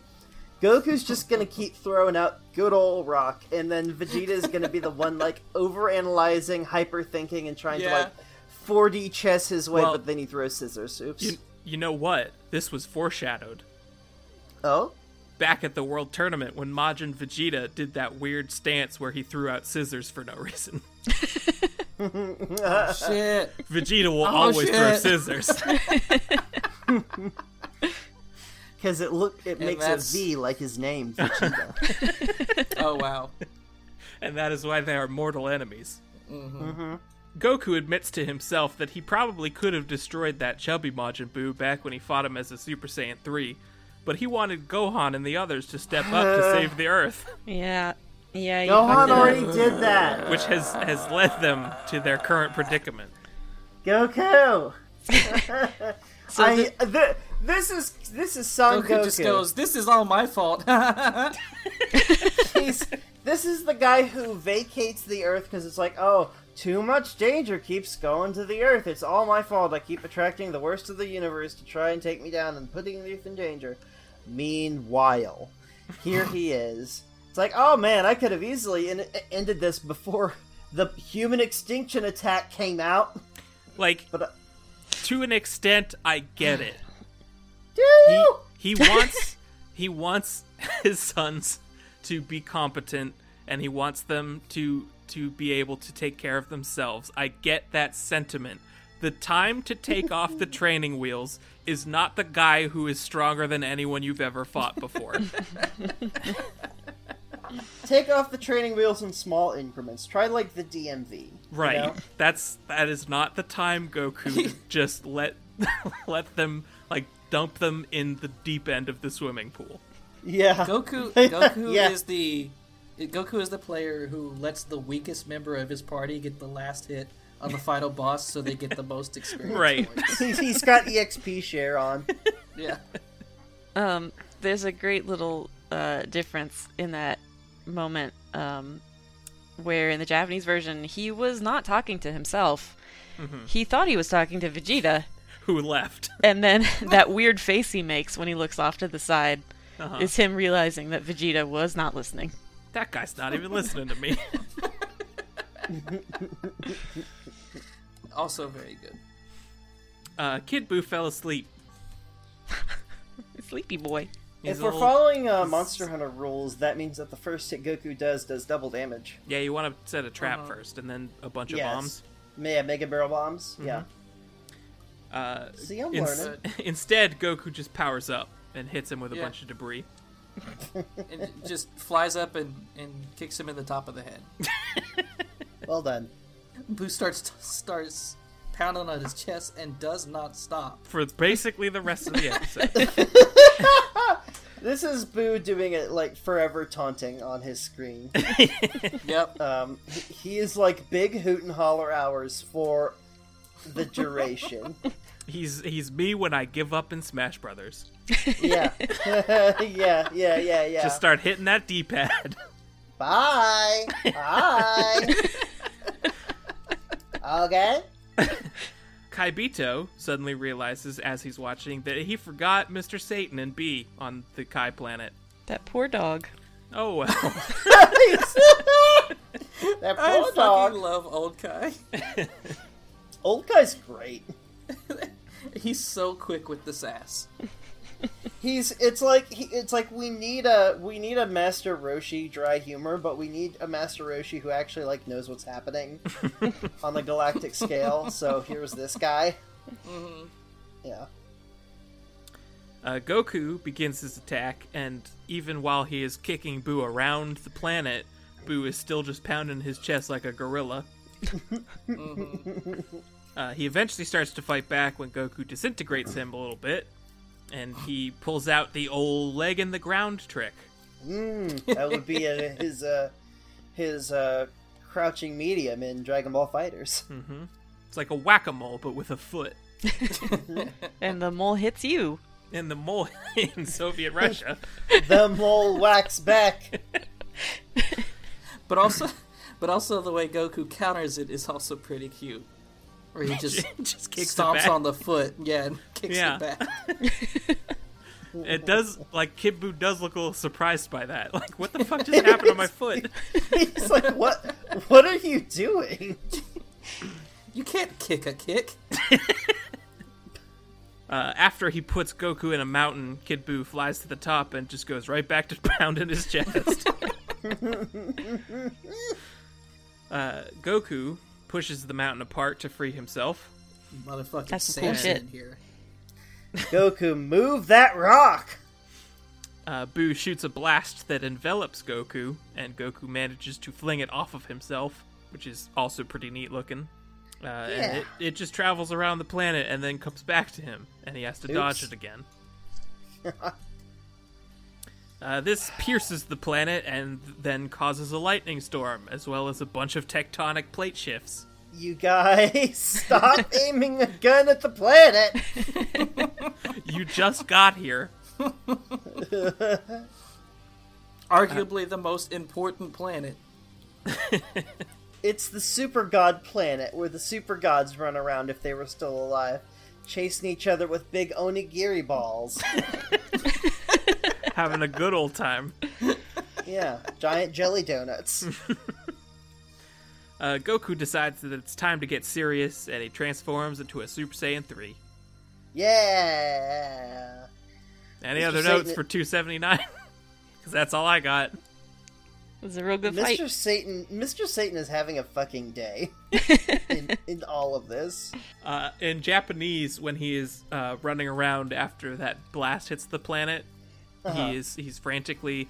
Goku's just gonna keep throwing out good old rock, and then Vegeta's gonna be the one like overanalyzing, hyper thinking, and trying Yeah. to like 4D chess his way, Well- but then he throws scissors. Oops. you, you know what? This was foreshadowed Oh, back at the World Tournament when Majin Vegeta did that weird stance where he threw out scissors for no reason. Shit. Vegeta will always throw shit. scissors. because it look it makes a that's- V like his name, Vegeta. Oh wow. and that is why they are mortal enemies. Goku admits to himself that he probably could have destroyed that chubby Majin Buu back when he fought him as a Super Saiyan 3, but he wanted Gohan and the others to step up to save the Earth, Yeah, yeah. You Gohan fucked it up. already did that. which has, has led them to their current predicament. Goku. So I, the- th- this is this is Son Goku, Goku. just goes, "This is all my fault." He's- this is the guy who vacates the earth because it's like, oh, too much danger keeps going to the earth. It's all my fault. I keep attracting the worst of the universe to try and take me down and putting the earth in danger. Meanwhile, here he is. It's like, oh man, I could have easily en- e-, ended this before the human extinction attack came out. Like, But uh, to an extent, I get it. Do He, you? he wants he wants his sons to be competent, and he wants them to to be able to take care of themselves. I get that sentiment. The time to take off the training wheels is not the guy who is stronger than anyone you've ever fought before. Take off the training wheels in small increments. Try like the DMV. you Right. know? That's that is not the time, Goku. to just let let them like dump them in the deep end of the swimming pool. Yeah. Goku Goku Yeah. is the Goku is the player who lets the weakest member of his party get the last hit on the final boss so they get the most experience. Right. points. He's- He's got EXP share on. Yeah. Um, there's a great little uh, difference in that moment um, where in the Japanese version he was not talking to himself. He thought he was talking to Vegeta, Who left? and then that weird face he makes when he looks off to the side is him realizing that Vegeta was not listening. That guy's not even listening to me. Also very good. Uh, Kid Buu fell asleep. Sleepy boy. He's if a we're little- following uh, Monster Hunter rules, that means that the first hit Goku does does double damage. yeah, you want to set a trap first, and then a bunch Uh-huh. Yes. of bombs. Yeah, uh, mega barrel bombs. Yeah. Mm-hmm. Uh, See, I'm ins- learning. instead, Goku just powers up and hits him with a Yeah. bunch of debris. And just flies up and, and kicks him in the top of the head. Well done. Boo starts starts pounding on his chest and does not stop. For basically the rest of the episode. This is Boo doing it like forever taunting on his screen. Yep. Uh, Um, he- he is like big hoot and holler hours for the duration. he's he's me when I give up in Smash Brothers. yeah. yeah, yeah, yeah, yeah. Just start hitting that D-pad. Bye. Bye. okay. Kaibito suddenly realizes as he's watching that he forgot Mr. Satan and B on the Kai planet. That poor dog. Oh well. that I fucking poor dog. love old Kai. Old guy's great. He's so quick with the sass. He's. It's like. He, it's like we need a. We need a Master Roshi dry humor, but we need a Master Roshi who actually like knows what's happening on the galactic scale. So here's this guy. Yeah. uh, Goku begins his attack, and even while he is kicking Boo around the planet, Boo is still just pounding his chest like a gorilla. Mm-hmm. uh, he eventually starts to fight back when Goku disintegrates him a little bit, and he pulls out the old leg in the ground trick. That would be uh his. Uh, his. Uh, crouching medium in Dragon Ball Fighters. It's like a whack a mole, but with a foot. And the mole hits you. And the mole in Soviet Russia. the mole whacks back. But also, but also the way Goku counters it is also pretty cute. Where he just just kicks it stomps back. on the foot, yeah, and kicks Yeah. it back. It does like Kid Buu does look a little surprised by that. Like, what the fuck just happened on my foot? He's like, what? What are you doing? You can't kick a kick. Uh, after he puts Goku in a mountain, Kid Buu flies to the top and just goes right back to pounding his chest. uh, Goku pushes the mountain apart to free himself. Motherfucking That's some cool Saiyan shit. in here. Goku, move that rock. Uh, Buu shoots a blast that envelops Goku, and Goku manages to fling it off of himself, which is also pretty neat looking. Uh, And Yeah. it, it just travels around the planet and then comes back to him, and he has to dodge it Oops. again. uh, this pierces the planet and then causes a lightning storm, as well as a bunch of tectonic plate shifts. You guys, stop aiming a gun at the planet. You just got here. Arguably the most important planet. It's the super god planet where the super gods run around if they were still alive, chasing each other with big onigiri balls. Having a good old time. Yeah, giant jelly donuts. Uh, Goku decides that it's time to get serious, and he transforms into a Super Saiyan 3. Yeah. Any Mr. other notes for Satan- 279? Because that's all I got. It was a real good Mr. fight. Satan Mr. Satan is having a fucking day in, in all of this. Uh, in Japanese, when he is uh, running around after that blast hits the planet, he is he's frantically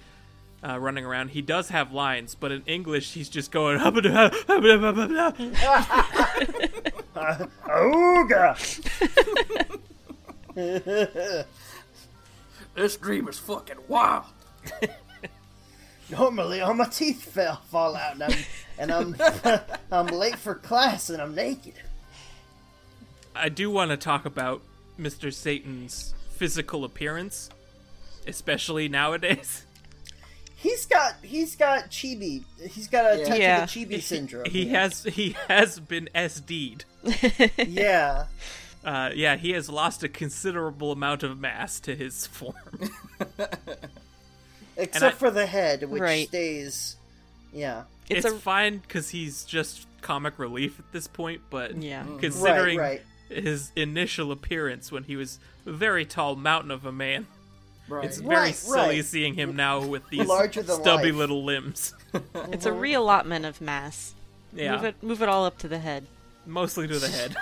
uh, running around. He does have lines, but in English, he's just going. Ooga. This dream is fucking wild. Normally all my teeth fell fall out and I'm and I'm I'm late for class and I'm naked. I do want to talk about Mr. Satan's physical appearance, especially nowadays. He's got he's got chibi. He's got a touch Yeah. of the chibi syndrome. He has he has been SD'd. yeah. Uh, yeah, he has lost a considerable amount of mass to his form. Except I- for the head, which Right. stays. Yeah. it's It's fine a 'cause fine because he's just comic relief at this point, but Yeah. Mm. considering Right, his initial appearance when he was a very tall mountain of a man, Right. it's very Right, silly right. seeing him now with these Larger than stubby life. little limbs. It's a reallotment of mass. Yeah, Move it, move it all up to the head. mostly to the head.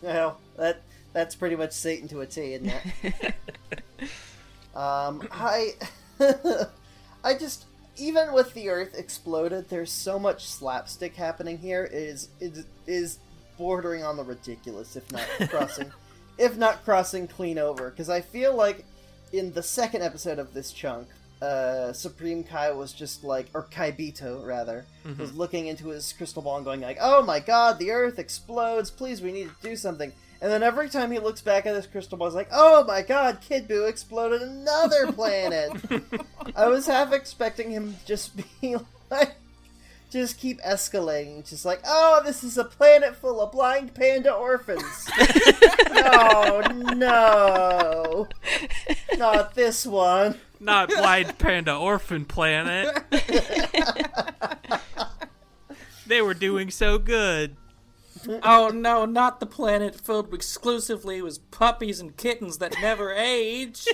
Well, that that's pretty much Satan to a T, isn't it? um, I, I just even with the Earth exploded, there's so much slapstick happening here. It is it is bordering on the ridiculous, if not crossing, if not crossing clean over. Because I feel like in the second episode of this chunk, uh, Supreme Kai was just like, or Kaibito rather, was looking into his crystal ball and going like, "Oh my God, the Earth explodes! Please, we need to do something." And then every time he looks back at his crystal ball, he's like, "Oh my God, Kid Buu exploded another planet!" I was half expecting him to just be like, just keep escalating, just like, "Oh, this is a planet full of blind panda orphans." oh no, not this one. Not Blind Panda Orphan Planet. they were doing so good. Oh no, not the planet filled exclusively with puppies and kittens that never age.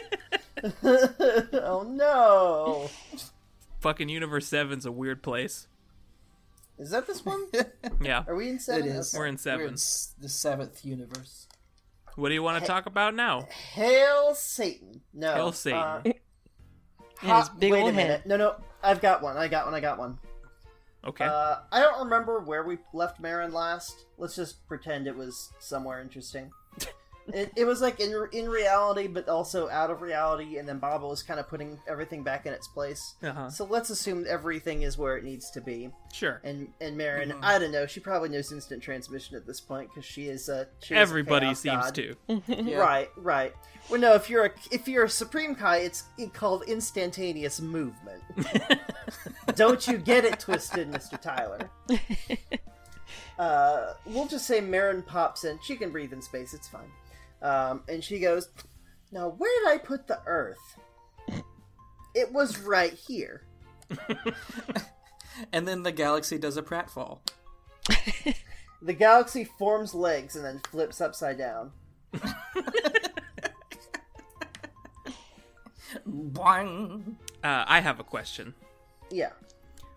Oh no. Fucking Universe 7's a weird place. Is that this one? Yeah, Are we in seven? It is. we're in We're 7. in s- the seventh universe. What do you want to talk about now? Hail Satan. No. Hail Satan. uh, And ha- his big wait old a minute. head. No, no. I've got one. I got one. I got one. Okay. Uh, I don't remember where we left Marin last. Let's just pretend it was somewhere interesting. it, it was like in in reality, but also out of reality, and then Baba was kind of putting everything back in its place. Uh-huh. So let's assume everything is where it needs to be. Sure. And and Marin, Mm-hmm. I don't know. She probably knows instant transmission at this point because she is a. She is a Everybody chaos seems god. to. Yeah. Right, right. Well, no, if you're a if you're a supreme kai, it's called instantaneous movement. Don't you get it twisted, Mister Tyler? Uh, we'll just say Marin pops in. She can breathe in space. It's fine. Um, and she goes, "Now, where did I put the Earth? It was right here." And then the galaxy does a pratfall. The galaxy forms legs and then flips upside down. Boing. Uh, I have a question. Yeah.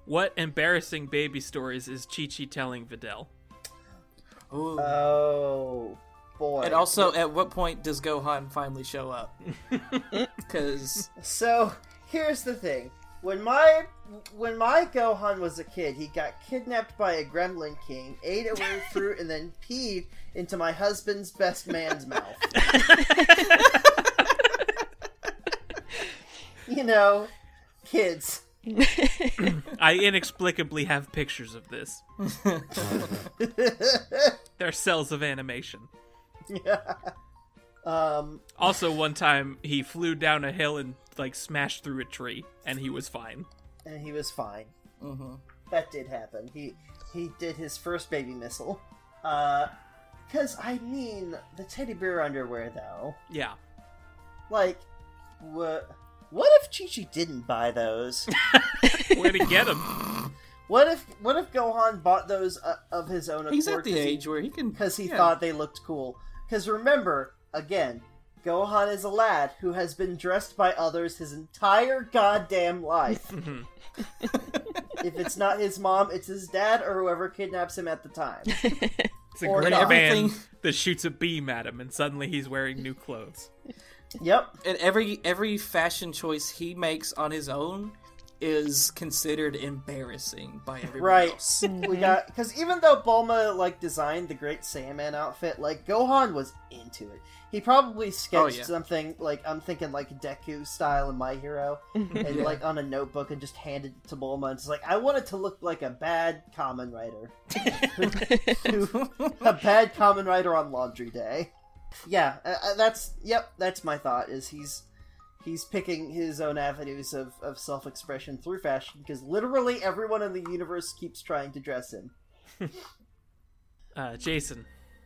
What embarrassing baby stories is Chi Chi telling Videl? Ooh. Oh boy. and also, at what point does Gohan finally show up? Because So here's the thing: when my when my Gohan was a kid, he got kidnapped by a Gremlin King, ate away fruit, and then peed into my husband's best man's mouth. you know, kids. I inexplicably have pictures of this. They're cells of animation. Um, Also, one time he flew down a hill and like smashed through a tree, and he was fine. and he was fine. Mm-hmm. That did happen. He he did his first baby missile. Uh, because I mean, the teddy bear underwear though. Yeah, Like, what? What if Chi Chi didn't buy those? where to get him? What if what if Gohan bought those uh, of his own accord? He's at the age where he can because he yeah. thought they looked cool. Because remember, again, Gohan is a lad who has been dressed by others his entire goddamn life. if it's not his mom, it's his dad or whoever kidnaps him at the time. It's a Or great not. man Everything- that shoots a beam at him, and suddenly he's wearing new clothes. yep. and every every fashion choice he makes on his own is considered embarrassing by everyone Right. else. We got because even though Bulma like designed the Great Saiyaman outfit, like Gohan was into it. He probably sketched yeah. something like I'm thinking like Deku style in My Hero, and Yeah. like on a notebook and just handed it to Bulma. And it's like I want it to look like a bad common writer, a bad common writer on Laundry Day. Yeah, uh, uh, that's yep. That's my thought. Is he's he's picking his own avenues of, of self-expression through fashion because literally everyone in the universe keeps trying to dress him Uh, Jason,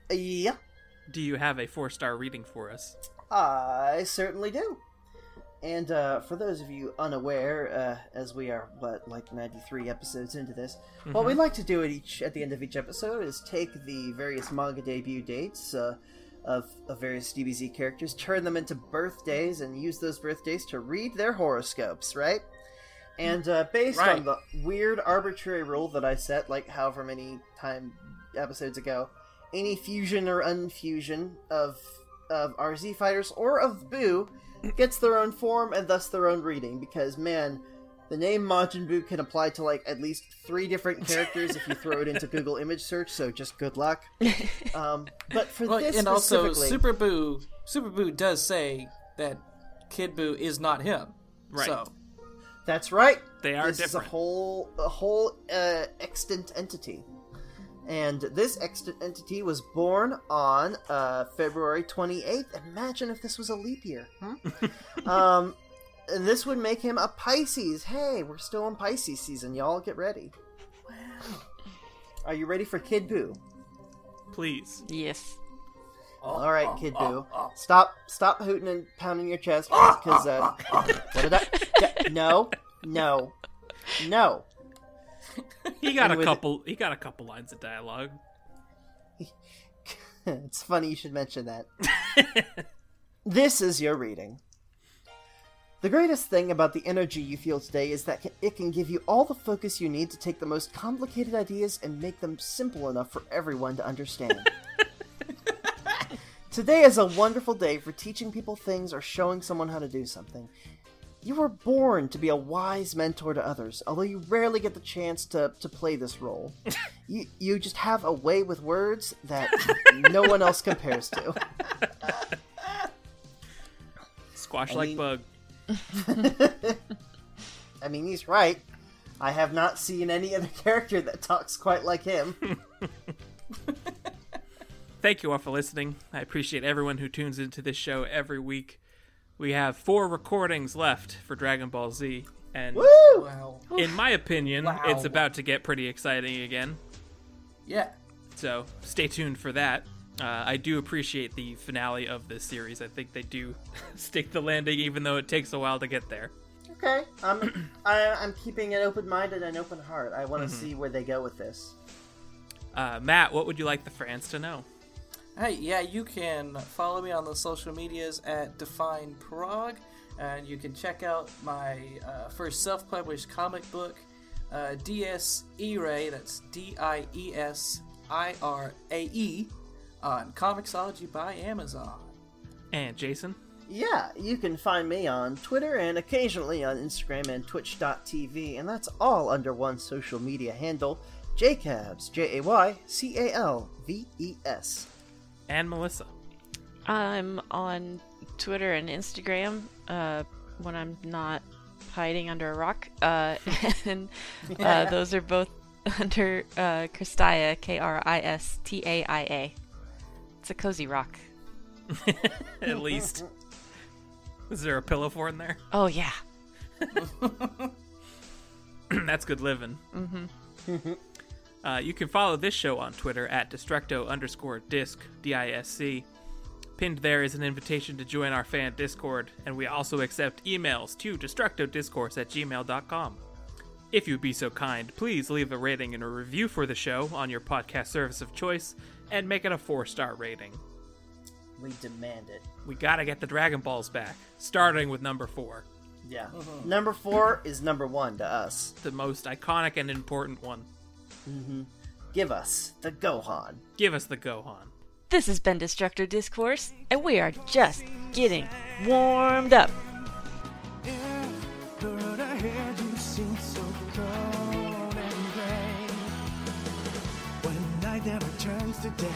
Yep, do you have a four-star reading for us? I certainly do. And uh, for those of you unaware, uh, as we are what like ninety-three episodes into this, what we like to do at each at the end of each episode is take the various manga debut dates uh, of, of various DBZ characters, turn them into birthdays, and use those birthdays to read their horoscopes, right? And uh, based on Right. the weird arbitrary rule that I set, like however many time episodes ago, any fusion or unfusion of of RZ fighters or of Boo gets their own form and thus their own reading. Because man, the name Majin Buu can apply to like at least three different characters if you throw it into Google image search. So just good luck. Um, but for Well, this and also, specifically, Super Boo, Super Boo does say that Kid Boo is not him. Right. So, That's right. They are this is different. a whole a whole uh, extant entity, and this extant entity was born on uh, February twenty eighth. Imagine if this was a leap year. hmm? um, and this would make him a Pisces. Hey, we're still in Pisces season, y'all. Get ready. Wow. Are you ready for Kid Boo? Please. Yes. All right, Kid Boo. Stop, stop hooting and pounding your chest because uh, what did I? Yeah, no, no, no. He got And a with- couple. He got a couple lines of dialogue. it's funny you should mention that. this is your reading. The greatest thing about the energy you feel today is that it can give you all the focus you need to take the most complicated ideas and make them simple enough for everyone to understand. today is a wonderful day for teaching people things or showing someone how to do something. You were born to be a wise mentor to others, although you rarely get the chance to, to play this role. you, you just have a way with words that no one else compares to. Squash I like mean- bug. I mean, he's right. I have not seen any other character that talks quite like him. Thank you all for listening. I appreciate everyone who tunes into this show every week. We have four recordings left for Dragon Ball Z, and Woo! wow. in my opinion, Wow. it's about to get pretty exciting again. Yeah. So stay tuned for that. Uh, I do appreciate the finale of this series. I think they do stick the landing, even though it takes a while to get there. Okay, I'm I, I'm keeping an open mind and an open heart. I want to see where they go with this. Uh, Matt, what would you like the fans to know? Hey, yeah, you can follow me on the social medias at Define Prague, and you can check out my uh, first self published comic book, uh, DS E-Ray, that's D I E S I R A E, on Comixology by Amazon. And Jason, Yeah, you can find me on Twitter and occasionally on Instagram and Twitch.tv, and that's all under one social media handle, Jacabs, J A Y C A L V E S. and Melissa. I'm on Twitter and Instagram uh, when I'm not hiding under a rock. Uh, and uh, those are both under uh, Kristaya, K R I S T A I A. It's a cozy rock. At least. Is there a pillow for in there? Oh, yeah. That's good living. Mm-hmm. uh, you can follow this show on Twitter at Destructo underscore disc, D I S C. Pinned there is an invitation to join our fan Discord, and we also accept emails to destructodiscourse at gmail.com. If you'd be so kind, please leave a rating and a review for the show on your podcast service of choice and make it a four star rating. We demand it. We gotta get the Dragon Balls back, starting with number four, Yeah. Number four is number one to us. the most iconic and important one. Give us the Gohan. Give us the Gohan. This has been Destructor Discourse, and we are just getting warmed up. If the road ahead you seem so cold and gray, when night never turns to day,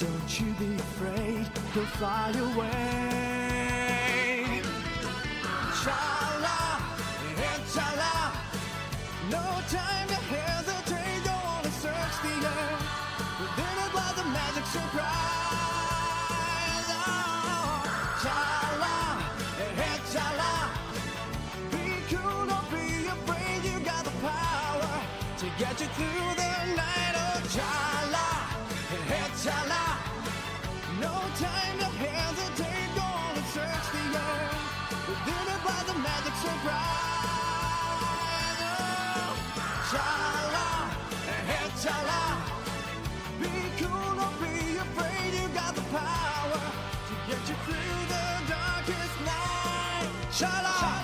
don't you be afraid, go fly away. Chala, eh, chala, no time to hesitate, go on and search the earth, within it lies a magic surprise. Oh, chala, eh, chala. Be cool, don't be afraid, you got the power to get you through the night. Oh, chala, hey, chala. No time to hesitate, go on and search the earth. Within it lies the magic surprise. Oh, chala, hey, chala. Be cool, don't be afraid, you got the power to get you through the darkest night. Chala.